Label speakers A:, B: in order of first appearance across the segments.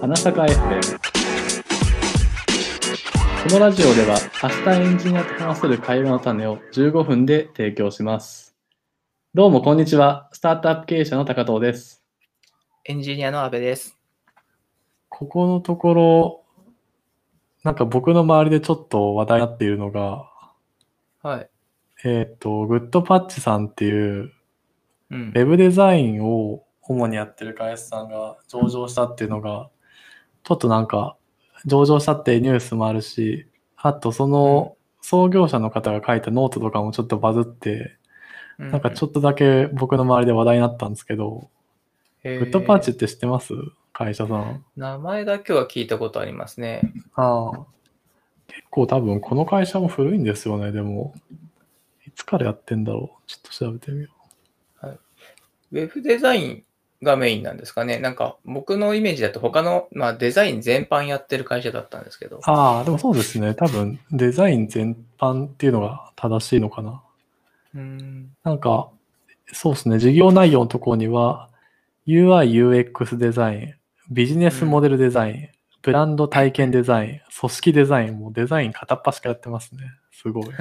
A: 花坂 FM このラジオでは明日エンジニアと話せる会話の種を15分で提供しますどうもこんにちはスタートアップ経営者の高藤です
B: エンジニアの阿部です。
A: ここのところなんか僕の周りでちょっと話題になっているのが
B: はい。
A: えっ、とグッドパッチさんっていう
B: うん
A: ウ。ェブデザインを主にやってる会社さんが上場したっていうのが、ちょっとなんか、上場したってニュースもあるし、あとその創業者の方が書いたノートとかもちょっとバズって、
B: な
A: なんかちょっとだけ僕の周りで話題になったんですけど、
B: と
A: グッドパーチって知ってます会社さん。
B: 名前だけは聞いたことありますね。
A: ああ。結構多分この会社も古いんですよね、でも。いつからやってんだろうちょっと調べてみよ
B: ウェブデザインがメインなんですかね。なんか僕のイメージだと他の、まあ、デザイン全般やってる会社だったんですけど
A: う。。ああ、でもそうですね。多分デザイン全般っていうのが正しいのかな。
B: うん。
A: なんか、そうですね、事業内容のところには、UI、UX デザイン、ビジネスモデルデザイン、ブランド体験デザイン、組織デザイン、もうデザイン片っ端からやってますね。すごい。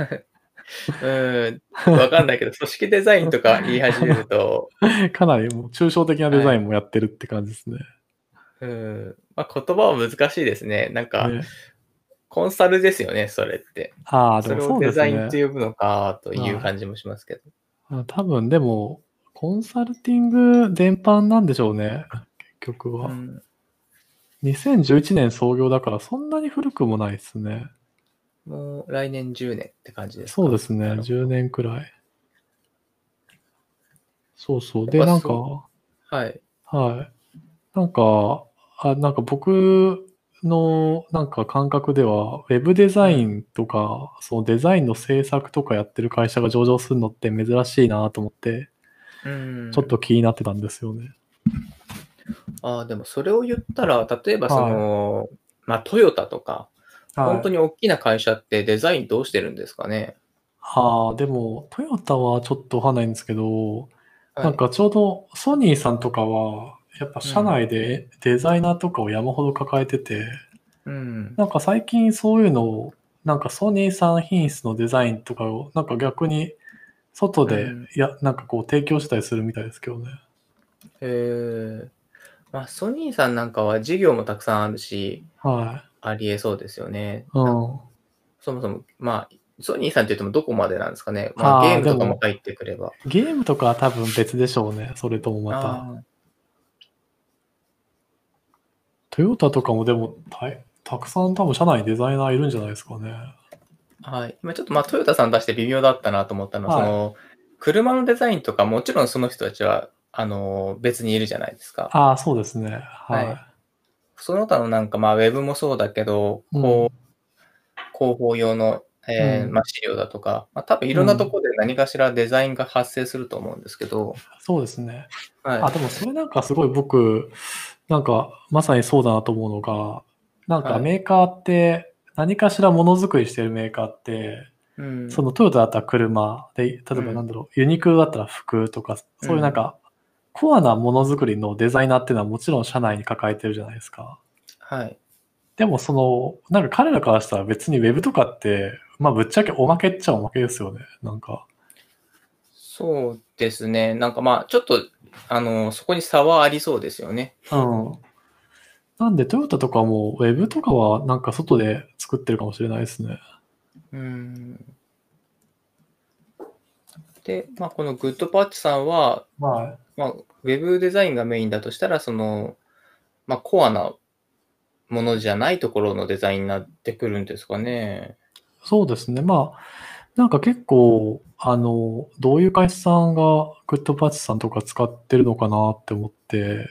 B: うん。わか んないけど、組織デザインとか言い始めると、
A: かなりもう抽象的なデザインもやってるって感じですね。
B: うん。まあ、言葉は難しいですね。なんか、
A: ね
B: コンサルですよね、それって。
A: ああ、で
B: そ
A: も
B: れ
A: そ
B: を
A: う
B: デ
A: です
B: ザイン
A: ね
B: って。呼ぶのか、とい
A: は
B: う
A: い
B: 感じもしますけど。
A: 多分でも、コンサルティング全般なんでしょうね。結局は。
B: うん
A: 2011年創業だからそんなに古くもないですね。
B: もう来年10年って感じですか
A: そうですね、
B: なるほど
A: 10年くらい。そうそう。で、
B: やっぱ
A: なんか、
B: そはい。
A: はい。なんか、あなんか僕のなんか感覚では、ウェブデザインとか、そのデザインの制作とかやってる会社が上場するのって珍しいなと思って、
B: うん
A: ちょっと気になってたんですよね。
B: ああ、でもそれを言ったら、例えばその、まあトヨタとか、本当
A: に
B: に大きな会社ってデザインどうしてるんですかね。
A: ああ、でも、トヨタはちょっとわかんないんですけど、
B: はい
A: なんかちょうどソニーさんとかは、やっぱ社内でデザイナーとかを山ほど抱えてて、
B: うん。
A: なんか最近そういうのを、なんかソニーさん品質のデザインとかを、なんか逆に外で、
B: うん
A: いや、なんかこう提供したりするみたいですけどね。
B: えー、まあソニーさんなんかは事業もたくさんあるし、
A: は
B: ありえそうですよね。
A: い。う
B: なんか
A: ん。
B: そもそも、まあ、ソニーさんって言ってもどこまでなんですかね。まあ
A: あー
B: ゲームとか
A: でも
B: も入ってくれば。
A: ゲームとかは多分別でしょうね。それともま
B: あ
A: た。
B: ー
A: トヨタとかもでもたい、たくさん多分社内にデザイナーいるんじゃないですかね。
B: はい、今ちょっとまあトヨタさん出して微妙だったなと思ったのは、
A: はい
B: その車のデザインとかもちろんその人たちはあの別にいるじゃないですか。
A: ああ、そうですね。はい。
B: はいその他のなんかまあウェブもそうだけど、こう広報用の、えー
A: うん
B: まあ、資料だとか、まあ、多分いろんなところで何かしらデザインが発生すると思うんですけど、
A: そうですね。あ、
B: はい、
A: でもそれなんかすごい僕、なんかまさにそうだなと思うのが、なんか
B: はい
A: メーカーって、何かしらものづくりしてるメーカーって、
B: うん
A: そのトヨタだったら車で、例えば
B: うん
A: なんだろう、ユニクロだったら服とか、そういうなんか、コアなものづくりのデザイナーっていうのはもちろん社内に抱えてるじゃないですか。
B: はい、
A: でもその、なんか彼らからしたら別にウェブとかって、まあぶっちゃけおまけっちゃおまけですよね。なんか。
B: そうですね、なんかまあちょっとあのそこに差はありそうですよね。
A: うん。なんでトヨタとかもウェブとかはなんか外で作ってるかもしれないですね。
B: うんで、まあ、このグッドパッチさんは、
A: ま
B: まあ、ウェブデザインがメインだとしたら、その、まあ、コアなものじゃないところのデザインになってくるんですかね。
A: あ、そうですね。まあ、なんか結構、あの、どういう会社さんがグッドパッチさんとか使ってるのかなって思って、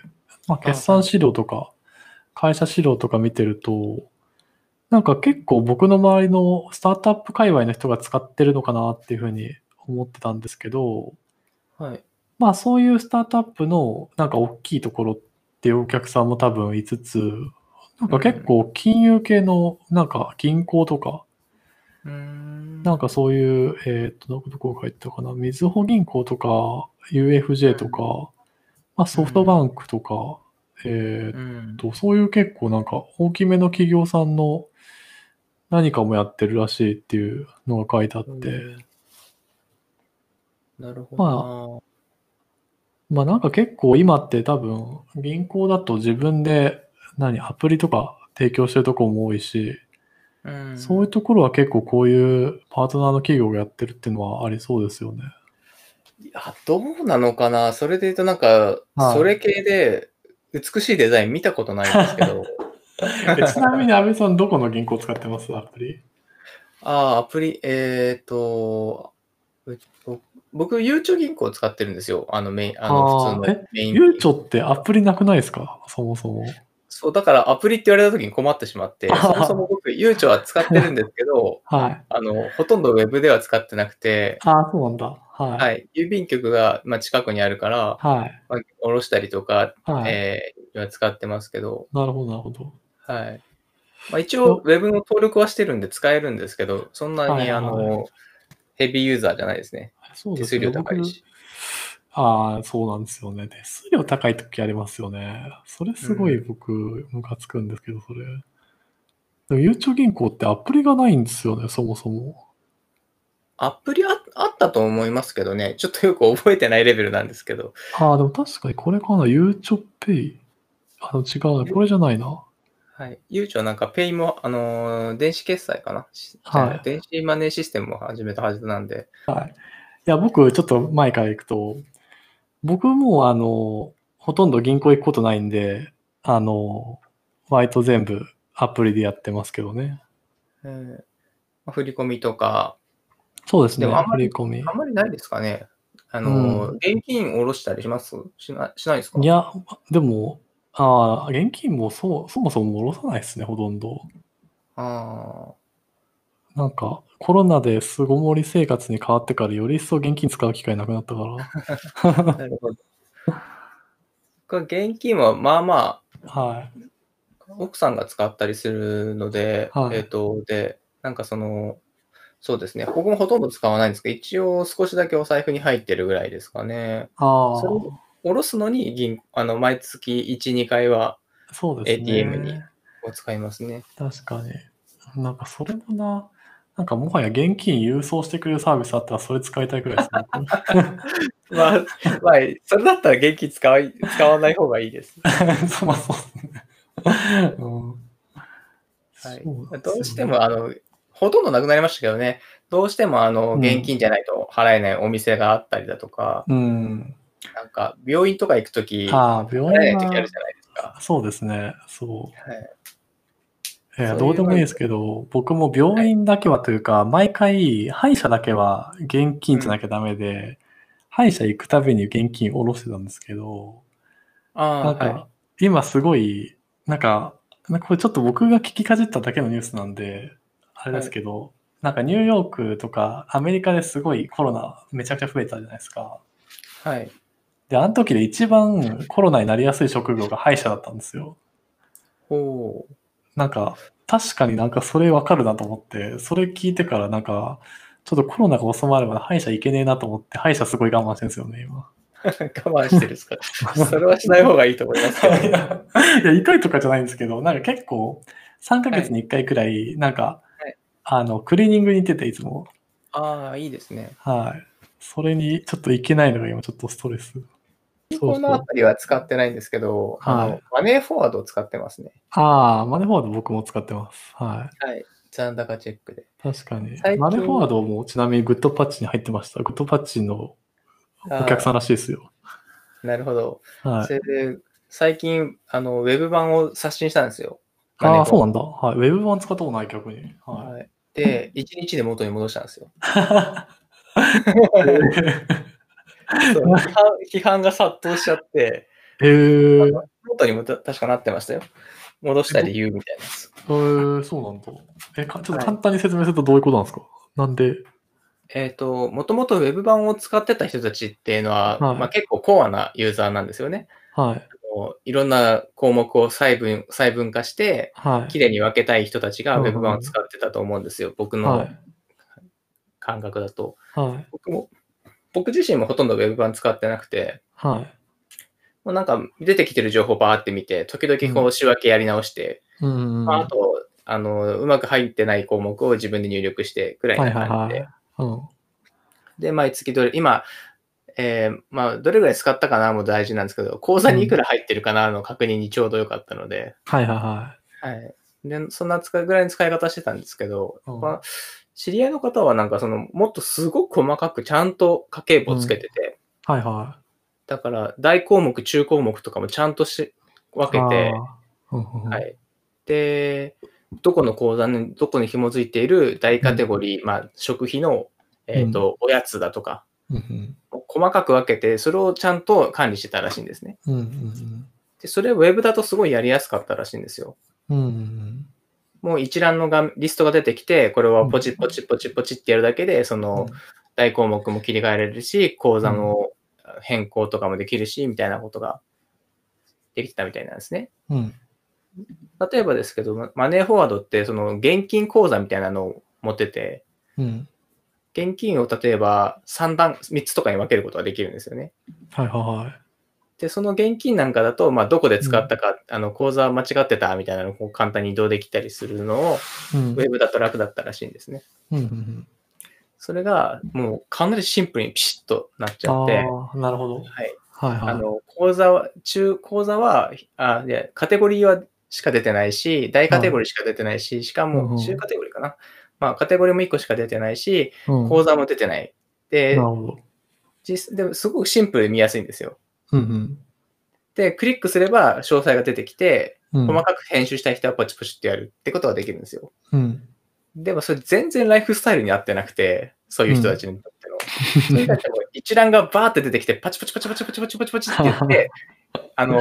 A: まあ、決算資料とか、会社資料とか見てると、なんか結構僕の周りのスタートアップ界隈の人が使ってるのかなっていうふうに思ってたんですけど、
B: はい。
A: まあそういうスタートアップのなんか大きいところっていうお客さんも多分いつつ、なんか結構金融系のなんか銀行とか、
B: うーん
A: なんかそういう、えっ、と、どこどこが入ったかな、みずほ銀行とか、UFJ とか、まあソフトバンクとか、えーっ
B: うん。
A: と、そういう結構なんか大きめの企業さんの何かもやってるらしいっていうのが書いてあって、
B: うんなるほど
A: まあなんか結構今って多分銀行だと自分で何アプリとか提供してるとこも多いし、
B: な、うん。
A: そういうところは結構こういうパートナーの企業がやってるっていうのはありそうです よね。
B: あどうなのかなそれで言うとなんか、
A: はい
B: それ系で美しいデザイン見たことないんです けど。
A: えちなみに安倍さんどこの銀行使ってますアプリ
B: ああ、アプリ、えっ、と、う僕僕、ゆうちょ銀行使ってるんですよ。あの、メイン、あの、
A: あー
B: 普通のメイン。
A: ゆうちょってアプリなくないですかそもそも。
B: そう、だからアプリって言われた時に困ってし まって、
A: あは
B: そ
A: は
B: もそも僕、ゆうちょは使ってるんですけど、
A: はい。
B: あの、ほとんどウェブでは使ってなくて、
A: ああ、そうなんだ。はい。は。
B: はいい、郵便局が、まあ、近くにあるから、
A: はい。
B: まあ、下ろしたりとか、えーは使ってますけど、
A: なるほど、なるほど。
B: はい。まあ、一応、ウェブの登録はしてるんで使えるんですけど、そんなに、
A: はいはい
B: あの、ヘビーユーザーじゃないですね。
A: そう
B: 手
A: で
B: 数
A: す
B: 料
A: ね。
B: 高いし。
A: 僕ああ、そうなんですよね。手数料高い時ありますよね。それすごい僕、ムカつくんですけど、それ。でも、ゆうちょ銀行ってアプリがないんですよね、そもそも。
B: アプリああったと思いますけどね、ちょっとよく覚えてないレベルなんですけど、
A: ああ、でも確かにこれかな。ゆうちょペイ。あの、違うな。これじゃないな。
B: はい。ゆうちょはなんか、ペイも、あのー電子決済かな、し
A: はい
B: 電子マネーシステムを始めたはずなんで、
A: いや、僕、ちょっと前から行くと、僕も、あの、ほとんど銀行行くことないんで、あの、割と全部アプリでやってますけどね。
B: えーまあ振り込みとか、
A: そうですね、
B: でもあんま
A: 振
B: り
A: り込み
B: あ。んまりないですかね。あのー
A: う
B: 現金下ろしたりしますしなしないですか
A: いや、でも、ああ、現金もそう、そもそも下ろさないですね、ほとんど。
B: あ
A: なんか、コロナで巣ごもり生活に変わってから、より一層現金使う機会なくなった か
B: あ、なるほど。僕は現金は、まあま
A: ら。はい。
B: あ、奥さんが使ったりするので、
A: はい
B: えっ、と、で、なんかその、そうですね。僕もほとんど使わないんですけど、一応少しだけお財布に入ってるぐらいですかね。
A: ああ、
B: それ下ろすのに銀、あの、毎月1、2回は
A: そうですね。
B: ATM にを使いますね。
A: 確かに。なんかそれもな、なんかもはや現金郵送してくれるサービスあったらそれ使いたいくらいですね。
B: まあ、まあ、それだったら現金使わい使わない方がいいです。
A: そうまあそうですね。うん
B: はい
A: そうなんです
B: ど
A: よね
B: うしても、あの、ほとんどなくなりましたけどね、どうしても、あの、
A: うん
B: 現金じゃないと払えないお店があったりだとか、
A: うん。
B: なんか、病院とか行くとき、払
A: ああ、
B: え
A: 病
B: な
A: 院
B: いときある
A: は
B: じゃないですか。
A: そうですね。そう。
B: はい
A: いや
B: そういう
A: どうでもいいですけど、僕も病院だけはというか、毎回、歯医者だけは現金じゃなきゃダメで、歯医者行くたびに現金下ろしてたんですけど、
B: あ
A: な
B: あ
A: ん
B: はい
A: か、今すごい、なんか、なんかこれちょっと僕が聞きかじっただけのニュースなんで、あれですけど、なんかニューヨークとかアメリカですごいコロナめちゃくちゃ増えたじゃないですか。
B: はい。
A: で、あの時で一番コロナになりやすい職業が歯医者だったんですよ。
B: ほう。
A: なんか、確かになんかそれわかるなと思って、それ聞いてからなんか、ちょっとコロナが収まるまで歯医者行けねえなと思って、歯医者すごい我慢してるんですよね、今。
B: 我慢してるんです か。そ れはしない方がいいと思いますけど。
A: いや、いや痛いとかじゃないんですけど、なんか結構、3ヶ月に1回くらい、なんか、
B: はい
A: あの、クリーニングに行ってて、いつも。
B: ああ、いいですね。
A: はい。それに、ちょっと行けないのが今、ちょっとストレス。そう
B: このあ
A: そう。
B: たりは使ってないんですけど、あ
A: は
B: のマネーフォワードを使ってますね。
A: ああ、マネーフォワード僕も使ってます。は
B: はい。残高チェックで。
A: い。確かに
B: 最。近
A: マネーフォワードも、ちなみにグッドパッチに入ってました。グッドパッチのお客さんらしいですよ。
B: ん。なるほど。
A: は
B: そ
A: い。
B: れで、最近、あの、ウェブ版を刷新したんですよ。
A: ああ、そう
B: う
A: なんだ。はい。ウェブ版使ったことない、逆に。は
B: はい。で、1日で元に戻したんで すよ。
A: い。 へ
B: そう批判批判が殺到しちゃって、
A: えー。え
B: 元にもた確かなってましたよ。戻した理由みたいなやつ。
A: ー、そうなんだ。え、かちょっと簡単に説明するとどういうことなんですか、なんで
B: えっ、と、もともとウェブ版を使ってた人たちっていうのは、
A: はい
B: まあ、結構コアなユーザーなんですよね。
A: はい。
B: こういろんな項目を細分細分化して、
A: はい。
B: きれいに分けたい人たちが
A: う
B: ウ
A: んうん
B: ェブ版を使ってたと思うんですよ。僕
A: は
B: の
A: い。
B: 感覚だと。
A: はい。
B: 僕も、僕自身もほとんどウェブ版使ってなくて、
A: はい。
B: もうなんか出てきてる情報バーって見て、時々こう仕分けやり直して、
A: うん。
B: まあ、あと、あの、うまく入ってない項目を自分で入力してくらい
A: はい
B: な
A: はい
B: 感じ
A: はい
B: で。。
A: うん。
B: で、毎月どれ、今、えーまあ、どれぐらい使ったかなも大事なんですけど、口座にいくら入ってるかなの確認にちょうどよかったので、
A: はいはいは
B: はい。で、そんな使いぐらいの使い方してたんですけど、
A: うん
B: まあ知り合いの方はなんかその、もっとすごく細かくちゃんと家計簿つけてて、
A: い。はいは
B: だから、大項目、中項目とかもちゃんとし
A: い。
B: 分けて、
A: あー。うんうん
B: は。い。で、どこの口座に、どこに紐づいている大カテゴリー、まあ、食費の、えっ、と、おやつだとか、
A: うん
B: 細かく分けて、それをちゃんと管理してたらしいんですね。
A: うん。うんうん
B: で、それウェブだとすごいやりやすかったらしいんですよ。
A: うん。うんうん
B: もう一覧の画面リストが出てきて、これはポチッポチッポチッポチッってやるだけで、その
A: うん
B: 大項目も切り替えられるし、口座の変更とかもできるし、みたいなことができてたみたいなんですね。
A: うん。うん。
B: 例えばですけど、ママネーフォワードって、その現金口座みたいなのを持ってて、
A: うん。
B: 現金を例えば3段、3つとかに分けることができるんですよね。
A: はいはいはい。
B: で、その現金なんかだと、まあ、どこで使ったか、あの、口座間違ってたみたいなのをこう簡単に移動できたりするのを、
A: うん
B: ウェブだと楽だったらしいんですね。
A: うんうんうん。
B: それが、もうかなりシンプルにピシッとなっちゃって、は
A: ああ、なるほど。
B: い。
A: はいはい。
B: あの、口座は、中、口座は、あ、いや、カテゴリーはしか出てないし、大カテゴリーしか出てないし、しか
A: うんう
B: も、
A: ん
B: 中カテゴリーかな。まあ、カテゴリーも1個しか出てないし、
A: うん、
B: 口座も出てない。で
A: な、るほど。
B: 実でもすごくシンプルで見やすいんですよ。
A: うん
B: で、クリックすれば詳細が出てきて、
A: うん。うん、
B: 細かく編集したい人はポチポチってやるってことができるんですよ。
A: うん。
B: でもそれ全然ライフスタイルに合ってなくて、そういう人たちにとっての。それたちも一覧がバーって出てきて、パチパチパチパチパチパチパチパチって 言って、あのー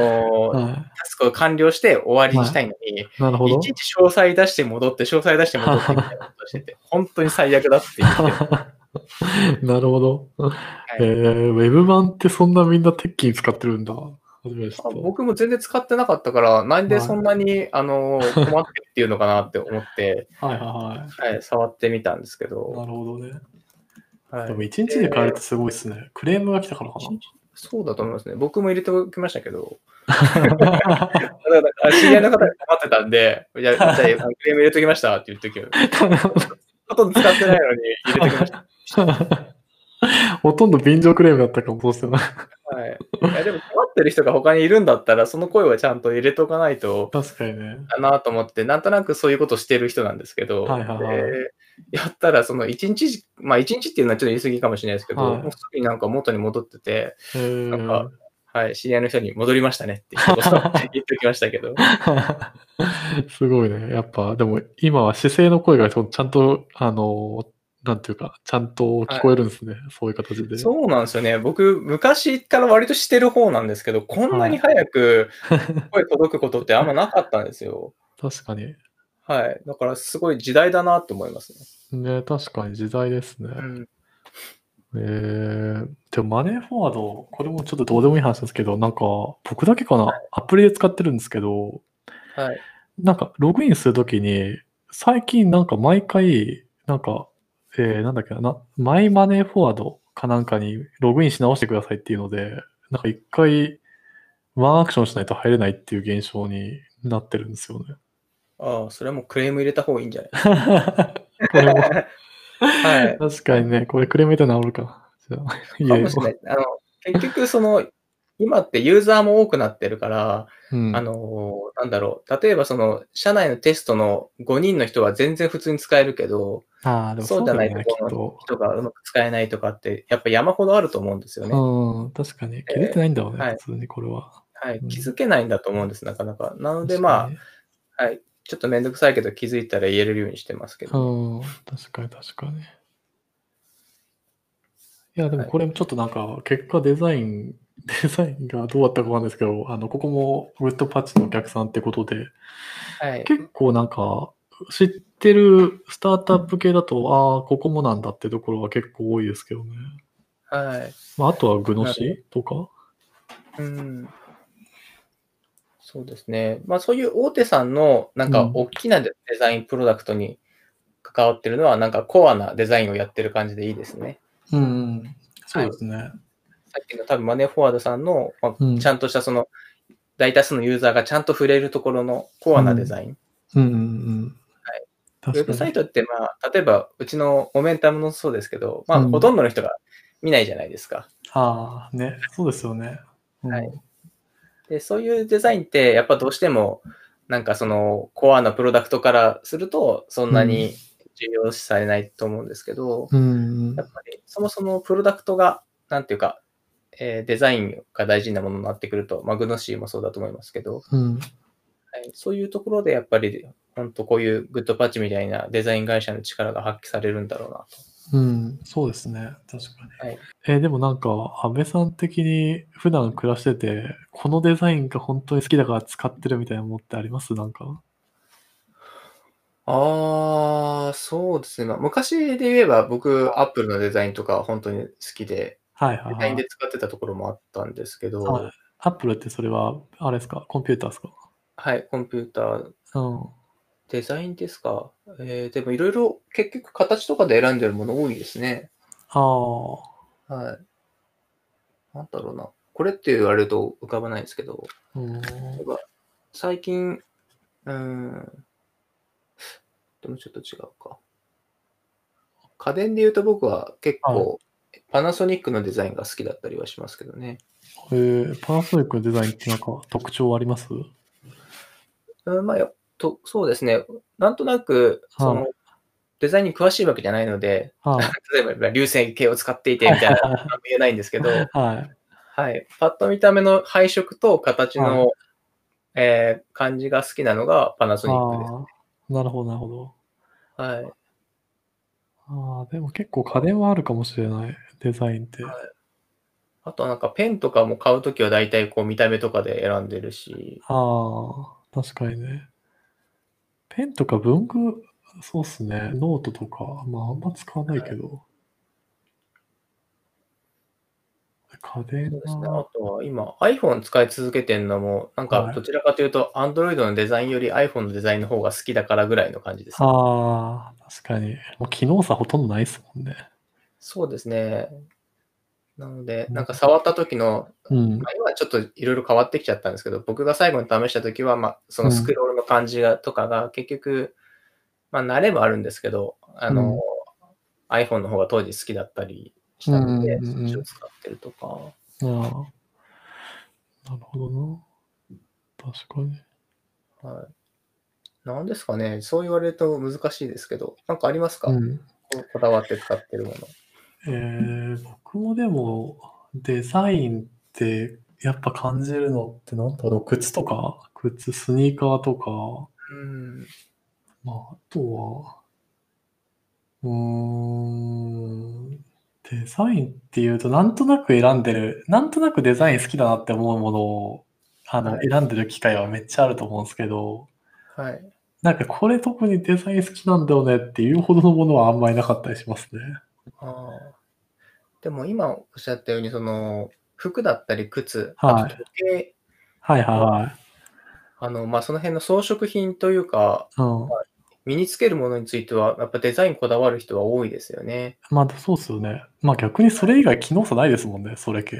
A: は
B: タスクを完了して終わりにしたいのに、
A: い。なるほど
B: いち。いち詳細出して戻って、詳細出して戻ってみたいなことをして て、本当に最悪だって言って。
A: なるほど。えー、ウェブ版ってそんなみんなテッキー使ってるんだ。初めて知った
B: あ僕も全然使ってなかったから、なんでそんなに、あのー、困ってるっていうのかなって思って、
A: はいはいはい。
B: はい、触ってみたんですけど、
A: なるほどね。
B: は
A: で
B: い
A: も、一日で変えるってすごいですね。クレームが来たからか
B: そうだと思いますね。僕も入れておきましたけど、
A: な。
B: ただなんか知り合いの方が待ってたんで、じゃあ、じゃあ、クレーム入れときましたって言っときよ。ほとんど使ってないのに入れときました。
A: ほとんど便乗クレームだったかもそうですよね。
B: はい。いや、でも困ってる人が他にいるんだったら、その声はちゃんと入れとかないと、
A: 確かにね。
B: だなと思って、なんとなくそういうことしてる人なんですけど、
A: はいはいはい
B: でやったら、その一日、まあ一日っていうのはちょっと言い過ぎかもしれないですけど、
A: はい
B: もうすぐになんか元に戻ってて、
A: えー
B: なんかはい、知り合いの人に戻りましたねって一 言言っておきましたけど、
A: すごいね。やっぱ、でも今は姿勢の声がちゃんと、あの、なんていうか、ちゃんと聞こえるんですね。そういう形で。
B: そうなんですよね。僕、昔から割としてる方なんですけど、こんなに 早く声届くことってあんまなかったんですよ。
A: 確かに。
B: はい。だからすごい時代だなと思いますね。
A: ね、確かに時代ですね。
B: うん。
A: えー、でもマネーフォワード、これもちょっとどうでもいい話ですけど、なんか、僕だけかな、アプリで使ってるんですけど、
B: はい。
A: なんか、ログインするときに、最近なんか毎回、なんか、えー、なんだっけな、マイマネーフォワードかなんかにログインし直してくださいっていうので、なんか一回、ワンアクションしないと入れないっていう現象になってるんですよ ね。
B: ああ、それはもうクレーム入れた方がいいんじゃない
A: これも、
B: はい。
A: 確かにね、これクレームで治るか。じゃあ、い
B: か
A: え
B: もしれない。あの結局、その、今ってユーザーも多くなってるから、
A: うん
B: あの、なんだろう。例えば、その、社内のテストの5人の人は全然普通に使えるけど、
A: ああ、でもそうだよね、きっ
B: そうじゃないと
A: と。
B: 人がうまく使えないとかって、やっぱ山ほどあると思うんですよね。
A: うん、確かに。切れてないんだろうね、
B: はい
A: 普通にこれは。
B: はい
A: うん。
B: 気づけないんだと思うんです、なかなか。なので、まあ、はい。ちょっとめんどくさいけど、気づいたら言えるようにしてますけ
A: あ。
B: ど。
A: うん、確かに確かに。いや、でも
B: はい
A: これもちょっとなんか、結果デザイン、 デザインがどうだったかわかんないですけど、あの、ここもグッドパッチのお客さんってことで、
B: はい。
A: 結構なんか、知ってるスタートアップ系だと、ああ、ここもなんだってところは結構多いですけどね。
B: はい。
A: まあ、あとはグノシとか。
B: うん。そうですね。まあ、そういう大手さんの、なん
A: う
B: か
A: ん、
B: 大きなデデザインプロダクトに関わってるのは、なんか、コアなデザインをやってる感じでいいですね。
A: うん、そうですね。
B: さっきの多分マネーフォワードさんの、まあ
A: うん
B: ちゃんとしたその、大多数のユーザーがちゃんと触れるところのコアなデザイン。
A: うんうんうん。
B: はいウェ
A: 確
B: ブ
A: か
B: サイ
A: に。
B: トって、まあ、例えば、うちのモメンタムもそうですけど、まあ、
A: うん
B: ほとんどの人が見ないじゃないですか。
A: ああ、ね、そうですよね。うん
B: はいで、そういうデザインって、やっぱどうしても、なんかその、コアなプロダクトからすると、そんなに重要視されないと思うんですけど、
A: うん
B: やっぱり、そもそもプロダクトが、なんていうか、えーデザインが大事なものになってくると、まあ、グノシーもそうだと思いますけど、
A: うん。
B: はい、そういうところでやっぱり、本当こういうグッドパッチみたいなデザイン会社の力が発揮されるんだろうな
A: うん、そうですね。確かに。
B: はい
A: えーでもなんか、安倍さん的に普段暮らしてて、このデザインが本当に好きだから使ってるみたいなものってありますなんか。
B: と。ああ、そうですね。まあ昔で言えば僕、アップルのデザインとか本当に好きで、
A: はいはい
B: デザ
A: は
B: インで
A: い。
B: 使ってたところもあったんですけど、
A: はい
B: は
A: アップルってそれは、あれですかコンピューターですか
B: い、コンピューター、
A: うん。
B: デザインですか。えーでもいろいろ結局形とかで選んでるもの多いですね。
A: ああ。
B: はい。なんだろうな。これって言われると浮かばないですけど、
A: うん。
B: 例えば最近、うーん、でもちょっと違うか。家電で言うと僕は結構、パナソニックのデザインが好きだったりはしますけどね。
A: えーパナソニックのデザインってなんか特徴あります
B: うん、まあよと、そうですね。なんとなく、
A: はい
B: その、デザインに詳しいわけじゃないので、
A: はい。
B: 例えば流線形を使っていてみ たいな、あんま言えないん ですけど、
A: はい。
B: はい。パッと見た目の配色と形の、えー感じが好きなのがパナソニックです。
A: ああ。なるほど、なるほど。
B: はい。
A: ああ、でも結構家電はあるかもしれない。デザインって。
B: あとはなんかペンとかも買うときは大体こう見た目とかで選んでるし、
A: ああ、確かにね。ペンとか文具、そうっすね。ノートとか、まああんま使わないけど。家電
B: そうですね。
A: は、
B: あとは今 iPhone 使い続けてるのも、なんか
A: はい
B: どちらかというと Android のデザインより iPhone のデザインの方が好きだからぐらいの感じですね。
A: ああ、確かに。もう機能差ほとんどないっすもんね。
B: そうですね。なので、
A: うん
B: なんか触った時の、
A: うん。
B: まあ、今ちょっといろいろ変わってきちゃったんですけど、僕が最後に試した時は、まあ、そのスクロールの感じが、とかが結局、まあ、慣れもあるんですけど、あの、iPhone の方が当時好きだったりしたので、
A: うんうんうん
B: そっちを使ってるとか。
A: ああ。なるほどな。確かに。
B: はい。なんですかね、そう言われると難しいですけど、なんかありますか、
A: うん。
B: こうこだわって使ってるもの。
A: えー、僕もでもデザインってやっぱ感じるのってなんだろう靴とか靴スニーカーとか、
B: うん。
A: まあ、あとはうーんデザインっていうとなんとなく選んでるなんとなくデザイン好きだなって思うものをあの
B: はい
A: 選んでる機会はめっちゃあると思うんですけど
B: はい。
A: なんかこれ特にデザイン好きなんだよねっていうほどのものはあんまりなかったりしますね。
B: ああでも今おっしゃったように、その、服だったり靴、
A: はい
B: あと時計、
A: はいはいはい。
B: あの、まあ、その辺の装飾品というか、
A: うん
B: 身につけるものについては、やっぱデザインこだわる人は多いですよね。
A: まあそうっすよね。まあ逆にそれ以外機能差ないですもんね、それ系。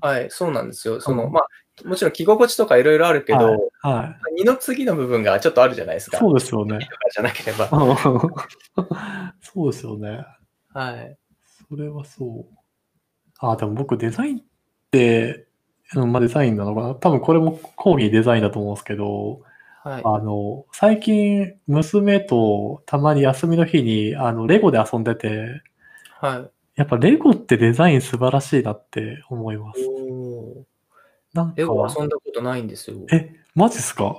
B: はい、そうなんですよ。その、
A: うん
B: まあ、もちろん着心地とかいろいろあるけど、
A: はいは
B: 二の次の部分がちょっとあるじゃないです
A: い。
B: か。
A: そうですよ ね。
B: とかじゃなければ。
A: うんそうですよね。
B: はい。
A: それはそう。あ、でも僕デザインって、うん、まあデザインなのかな。多分これも講義デザインだと思うんですけど、
B: はい。
A: あの、最近娘とたまに休みの日にあのレゴで遊んでて、
B: はい。
A: やっぱレゴってデザイン素晴らしいなって思います。
B: おー
A: なんか
B: レ、ゴ遊んだことないんですよ。
A: え、マジっすか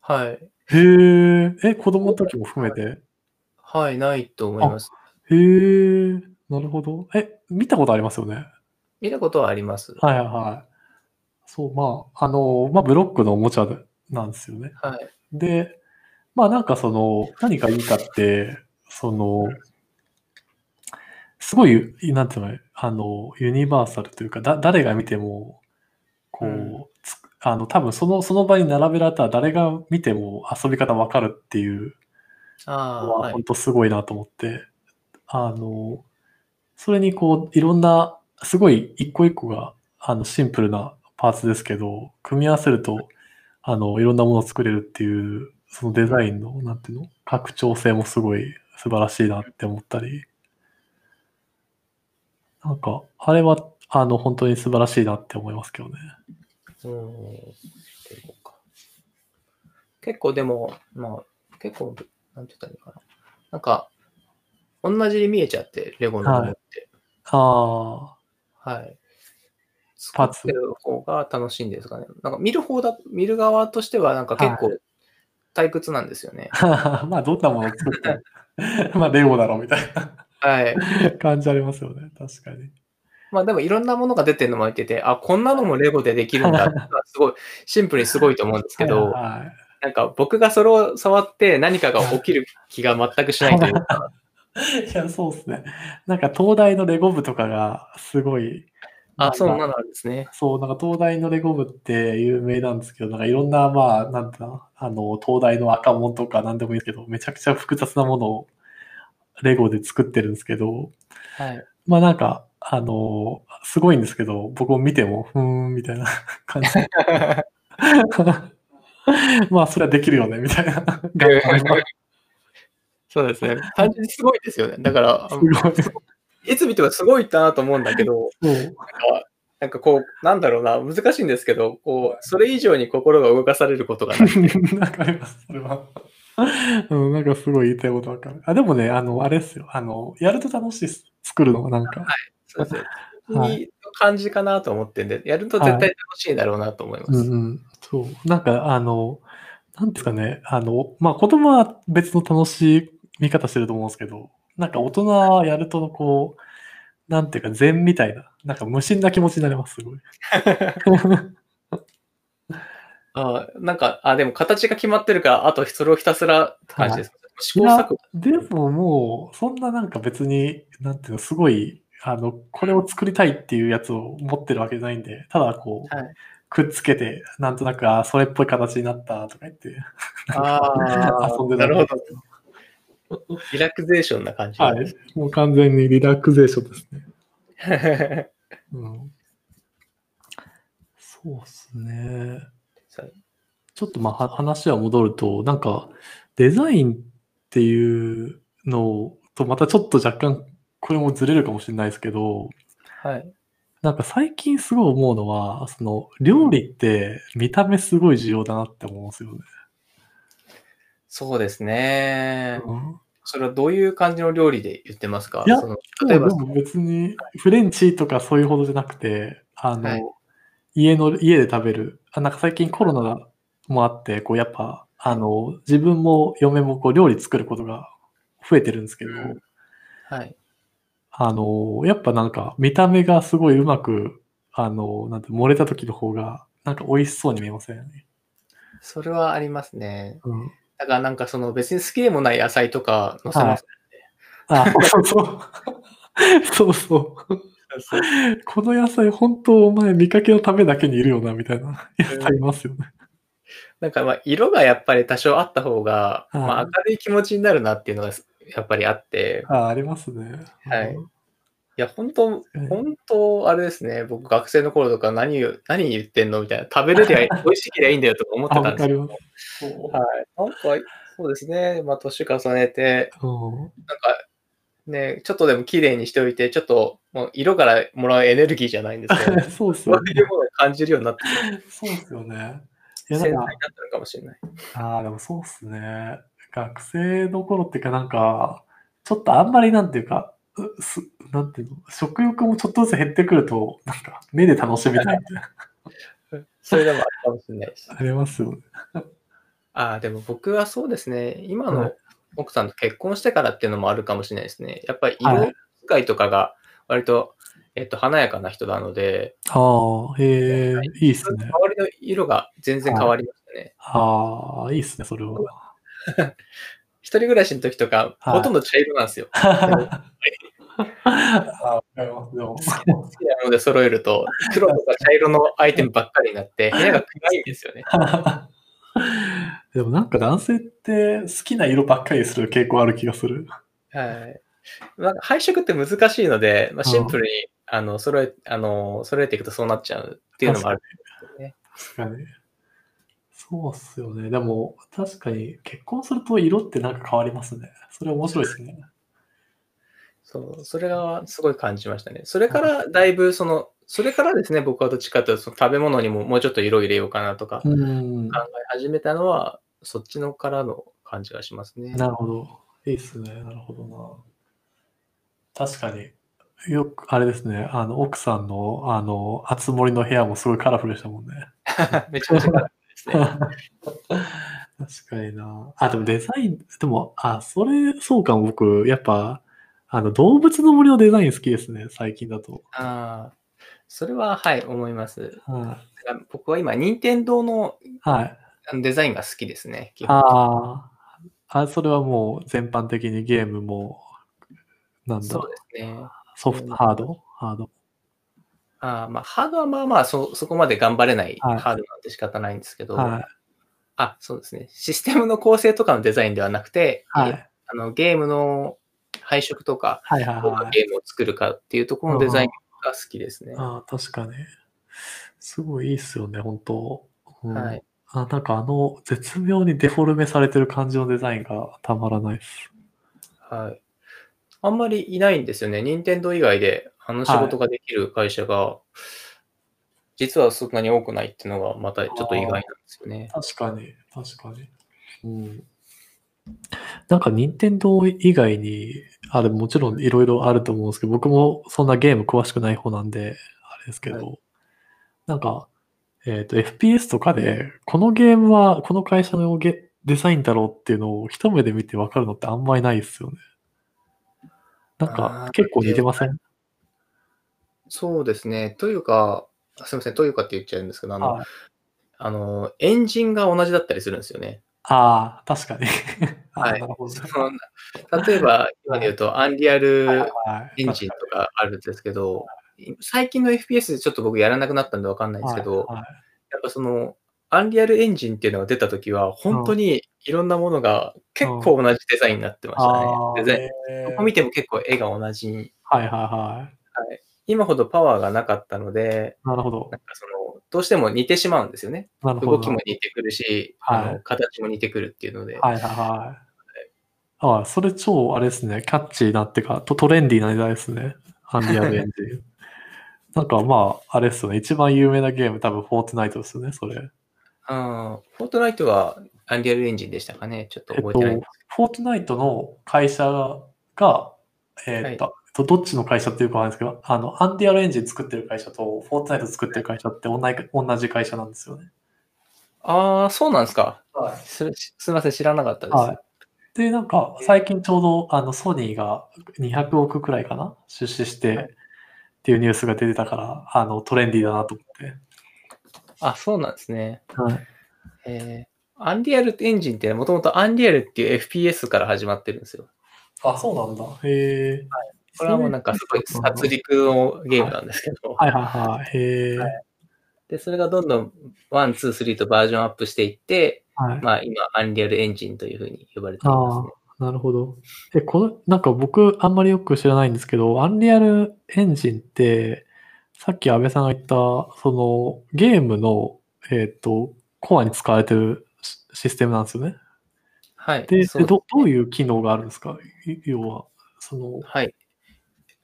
B: はい。
A: へえ、え、子供の時も含めて。
B: はい、ないと思います。
A: へえ、なるほど。え、見たことありますよね。
B: 見たことはあります。
A: はいはいはい。そう、まあ、あの、まあ、ブロックのおもちゃでなんですよね。
B: はい。
A: で、まあなんかその、何がいいかって、その、すごい、なんていうの、あの、ユニバーサルというか、だ誰が見ても、こう、
B: うん
A: つあの、多分その、その場に並べられたら誰が見ても遊び方わかるっていう
B: ああー、
A: は
B: はい
A: 本。当すごいなと思って、あの、それにこう、いろんなすごい一個一個があのシンプルなパーツですけど、組み合わせると、あの、いろんなものを作れるっていう、そのデザインの、なんていうの、拡張性もすごい素晴らしいなって思ったり、なんか、あれは、あの、本当に素晴らしいなって思いますけどね。
B: うんしていこうか結構でも、まあ、結構、なんて言ったらいいのかな。なんか、同じに見えちゃって、レゴのものって。
A: ああ、
B: はい。
A: パーツ
B: 作ってる方が楽しいんですかね。なんか見る方だ、見る側としてはなんか結構退屈なんですよね。
A: まあ、どんなものを作っても、まあ、 レゴだろうみたい
B: はい。
A: な感じありますよね。確かに。
B: まあでもいろんなものが出てるのも見てて、あ、こんなのもレゴでできるんだってのはすごい、シンプルにすごいと思うんですけど、
A: はい
B: なんか僕がそれを触って何かが起きる気が全くしないというか、
A: い や、そうですね。なんか東大のレゴ部とかがすごい、
B: あ、そん
A: な
B: なん
A: か
B: のあるんですね。
A: そう、なんか東大のレゴ部って有名なんですけど、なんかいろんな、まあ、なんだ、あの、東大の赤門とかなんでもいいですけど、めちゃくちゃ複雑なものをレゴで作ってるんですけど、
B: はい。
A: まあなんか、あの、すごいんですけど、僕を見ても、ふーん、みたいな 感 じ。まあ、それはできるよね、みたいな。
B: そうですね。単純にすごいですよね。だから、
A: すごい。
B: いつ見てもすごいなと思うんだけど、
A: そう
B: なんかこう、なんだろうな、難しいんですけど、こう、それ以上に心が動かされることがない。
A: わかります、それは。うん、なんかすごい言いたいことわかる。あ、でもね、あの、あれですよ。あの、やると楽しいっす。作るのがなんか。
B: そう ですね。
A: はい
B: いい感じかなと思ってんで、やると絶対楽しいだろうなと思いま
A: う
B: す。
A: んうん。そう。なんか、あの、なんですかね。あの、まあ、子供は別の楽しい見方してると思うんですけど、なんか大人はやると、こう、なんていうか、禅みたいな、なんか無心な気持ちになります、すごい。
B: あなんか、あ、でも形が決まってるから、あとそれをひたすらって感じですか。試行 錯誤。
A: でももう、そんななんか別に、なんていうの、すごい、あの、これを作りたいっていうやつを持ってるわけじゃないんで、ただこう、
B: はい
A: くっつけて、なんとなく、あーそれっぽい形になったとか言って、
B: あ
A: 遊んで
B: な
A: た
B: るほど。リラクゼーションな感じな
A: は
B: んです。
A: い。もう完全にリラクゼーションですね。 うん。そうっすね。
B: そう
A: ちょっとまあは話は戻ると、なんかデザインっていうのとまたちょっと若干これもずれるかもしれないですけど、
B: はい。
A: なんか最近すごい思うのは、その料理って見た目すごい重要だなって思うんですよね。
B: そうですね。
A: うん
B: それはどういう感じの料理で言ってますか
A: いや
B: その
A: で
B: 例えば、
A: も別にフレンチとかそういうほどじゃなくて、あの、
B: はい
A: 家の、家で食べる。あなんか最近コロナもあって、こうやっぱ、あの、自分も嫁もこう料理作ることが増えてるんですけど、
B: うんはい。
A: あの、やっぱなんか見た目がすごいうまく、あの、なんて漏れた時の方が、なんか美味しそうに見えませんね。
B: それはありますね。
A: うん。
B: だからなんかその別に好きでもない野菜とか載せます。
A: あ、 そうそう。そうそう。
B: そうそう
A: この野菜本当お前見かけのためだけにいるよな、みたいな野菜いますよね。
B: なんかまあ色がやっぱり多少あった方が、
A: はい
B: まあ明るい気持ちになるなっていうのがやっぱりあって、
A: あ、ありますね。
B: はいいや本当
A: うん。
B: 本当、あれですね、僕、学生の頃とか何を、何言ってんのみたいな、食べるでは美味しけりゃいいんだよとか思って
A: あ、
B: たん
A: わ
B: です
A: か
B: け
A: り
B: ど、
A: ま
B: は
A: す。
B: い、なんか、そうですね、まあ、年重ねて、
A: うん
B: なんか、ね、ちょっとでも綺麗にしておいて、ちょっと、もう色からもらうエネルギーじゃないんですけど、
A: そうっす
B: そう
A: よ
B: い
A: ね
B: う。ものを感じるようになって、
A: そうっすよね。い
B: 繊
A: や、なん
B: 細になっ
A: か
B: た、のかもしれない。
A: ああ、でもそうっすね。学生の頃っていうか、なんか、ちょっとあんまりなんていうか、うすなんていうの、食欲もちょっとずつ減ってくると、なんか、目で楽しみたいみたいな、
B: それでもあるかもしれない し。
A: ありますよね。
B: ああ、でも僕はそうですね、今
A: は
B: の
A: い
B: 奥さんと結婚してからっていうのもあるかもしれないですね。やっぱり色
A: はい
B: 使いとかが割と、えっと、華やかな人なので、
A: ああ、へえ、いいっすね
B: 周。りの色が全然変わりましたね。
A: ああ、いいっすね、それは。
B: 一人暮らしの時とか、
A: はい
B: ほとんど茶色なんですよ。
A: ああ、わかります。でも、
B: 好きなので揃えると、黒とか茶色のアイテムばっかりになって、部屋が暗いんですよね。
A: でもなんか男性って好きな色ばっかりする傾向ある気がする。
B: はい。なんか配色って難しいので、まあ、シンプルに、あの、揃え、あの、揃えていくとそうなっちゃうっていうのもある。
A: 確かに。そうっすよね。でも、確かに結婚すると色ってなんか変わりますね。それ面白いですね。
B: そう、それがすごい感じましたね。それからだいぶその、それからですね、僕はどっちかというとその食べ物にももうちょっと色を入れようかなとか考
A: うん。
B: え始めたのは、そっちのからの感じがしますね。
A: なるほど。いいっすね。なるほどな。確かに。よく、あれですね。あの、奥さんの、あの、あつ森の部屋もすごいカラフルでしたもんね。
B: めちゃめちゃ辛いですね。
A: 確かにな。あ、でもデザイン、でも、あ、それ、そうかも、僕、やっぱ、あの、動物の森のデザイン好きですね、最近だと。
B: ああ、それははい、思います。
A: は
B: 僕は今、任天堂の
A: い。はい、
B: あのデザインが好きですね。基本
A: あーあ、それはもう全般的にゲームも、なんだ
B: そう、ですね。
A: ソフト、ハード、ハード。
B: あーまあ、ハードはまあまあそ、そこまで頑張れないハ
A: はい
B: ードなんて仕方ないんですけど、
A: はい。
B: あ、そうですね。システムの構成とかのデザインではなくて、
A: はい。
B: あのゲームの配色とか、
A: はいはい
B: どう
A: はい。
B: ゲームを作るかっていうところのデザインが好きですね。
A: ああ、確かに。すごいいいっすよね、本当、うん
B: はい。
A: あ、なんかあの、絶妙にデフォルメされてる感じのデザインがたまらないです。
B: はい。あんまりいないんですよね。任天堂以外で、あの仕事ができる会社が、実はそんなに多くないっていうのが、またちょっと意外なんですよね。
A: 確かに、確かに。うん。なんか、任天堂以外に、あれ、もちろんいろいろあると思うんですけど、僕もそんなゲーム詳しくない方なんで、あれですけど、なんか、えっ、と、FPS とかで、このゲームは、この会社のゲデザインだろうっていうのを一目で見て分かるのってあんまりないですよね。なん
B: あ
A: か
B: ー、
A: 結構似てません
B: そうですね。というか、すみません、というかって言っちゃうんですけど、あの、
A: はい
B: あのエンジンが同じだったりするんです よね。
A: ああ、確かに。 あー
B: はい
A: なるほど。
B: その例えば、今で言うと、アンリアル
A: はい
B: エンジンとかあるんですけど、最近の FPS でちょっと僕やらなくなったんでわかんないんですけど、
A: はいはい
B: やっぱその、アンリアルエンジンっていうのが出たときは、本当にいろんなものが結構同じデザインになってましたね。
A: あー
B: デザイン。
A: えー
B: ここ見ても結構絵が同じに。
A: はいはいはい。
B: 今ほどパワーがなかったので、
A: なるほど
B: な。んかその、どうしても似てしまうんですよね。
A: なるほど。
B: 動きも似てくるし、
A: はい
B: あの形も似てくるっていうので、
A: はいはいはい。ああ、それ超あれですね、キャッチーなってか、トトレンディーな時代ですね、アンリアルエン ジン。なんかまあ、あれですよね、一番有名なゲーム、多分フォートナイトですよね、それ。
B: あーフォートナイトはアンリアルエンジンでしたかね。ちょっと
A: えっ
B: 覚
A: と、
B: えてない。
A: フォートナイトの会社が、えっと、どどっちの会社っていうかわかんないですけど、あの、アンリアルエンジン作ってる会社と、フォートナイト作ってる会社って同じ同じ会社なんですよね。
B: ああ、そうなんですか。
A: はい。
B: すすみません、知らなかったです。
A: はい。で、なんか、最近ちょうど、あの、ソニーが200億くらいかな出資して、
B: はい
A: っていうニュースが出てたから、あの、トレンディーだなと思って。
B: あ、そうなんですね。
A: はい。
B: えー、アンリアルエンジンってもともとアンリアルっていう FPS から始まってるんですよ。
A: あ、そうなんだ。へえ。
B: これはもうなんかすごい殺
A: り。
B: 戮のゲームなんですけど、
A: はいはいはい。へえ。は
B: で、それがどんどん1、2、3とバージョンアップしていって、
A: い。
B: まあ今、アンリアルエンジンというふうに呼ばれていますね。
A: なるほど。え、この、なんか僕、あんまりよく知らないんですけど、アンリアルエンジンって、さっき安倍さんが言った、その、ゲームの、えっ、と、コアに使われてるシシステムなんですよね。
B: はい。
A: で、
B: そう
A: でどどういう機能があるんですかい要は、その、
B: はい。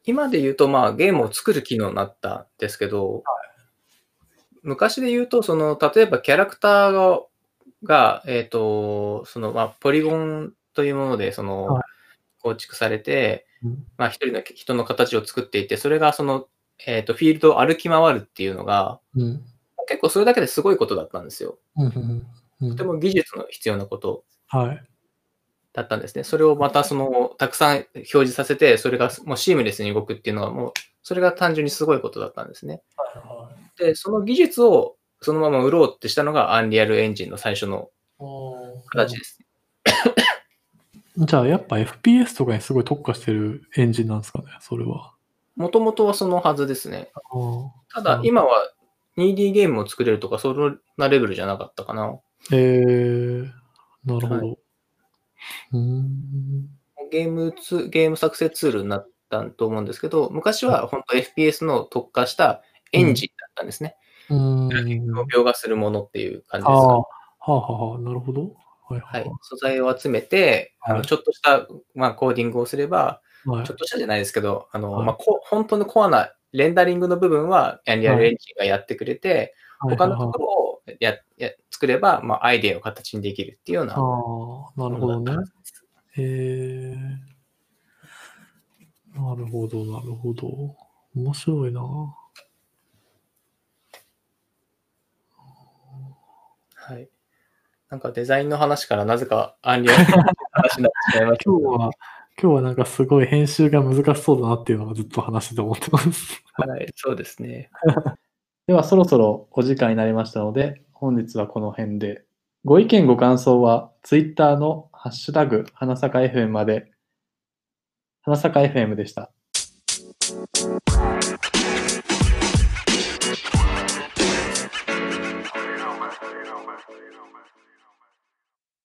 B: 今で言うと、まあゲームを作る機能になったんですけど、昔で言うと、その、例えばキャラクターが、がえっ、と、その、まあ、ポリゴンというもので、その、
A: は
B: 構築されて、
A: うん
B: まあ、一人の人の形を作っていて、それがその、えっ、と、フィールドを歩き回るっていうのが、
A: うん。
B: 結構それだけですごいことだったんですよ。
A: うんうんうん
B: とても技術の必要なこと
A: はい。
B: だったんですね。それをまたその、たくさん表示させて、それがもうシームレスに動くっていうのはもう、それが単純にすごいことだったんですね。で、その技術をそのまま売ろうってしたのがアンリアルエンジンの最初の形です。
A: じゃあ、やっぱ FPS とかにすごい特化してるエンジンなんですかね、それは。
B: もともとはそのはずですね。
A: あー
B: た
A: う
B: だ
A: ん
B: 今は 2D ゲームを作れるとか、そんなレベルじゃなかったかな。
A: えー、なるほど。
B: は
A: うーん。
B: ゲームツー、ゲーム作成ツールになっったと思うんですけど、昔は本当 FPS の特化したエンジンだったんですね。
A: う
B: グ
A: ん。
B: ラフィックを描画するものっていう感じ
A: あ
B: です
A: あ、
B: かね
A: はあはあはあ、なるほど。はいは
B: はいい、素材を集めて、あ
A: は
B: の
A: い
B: ちょっとした、まあ、コーディングをすれば、
A: はい。
B: ちょっとしたじゃないですけど、あの
A: はい
B: まあ、こ本当のコアなレンダリングの部分は、アンリアル
A: はい
B: エンジンがやってくれて、
A: はい
B: 他の
A: はいはい
B: ところをやや作れば、まあ、アイデアを形にできるっていうような。
A: ああ、なるほどね。へえなるほど、なるほど。面白いな。
B: はい。なんかデザインの話からなぜかアンリアルエンジンの話になってしまいました。
A: 今日は、今日はなんかすごい編集が難しそうだなっていうのがずっと話してて思ってます。
B: はい、そうですね。
A: ではそろそろお時間になりましたので、本日はこの辺で。ご意見ご感想は、Twitter のハッシュタグ、花坂 FM まで。花坂 FM でした。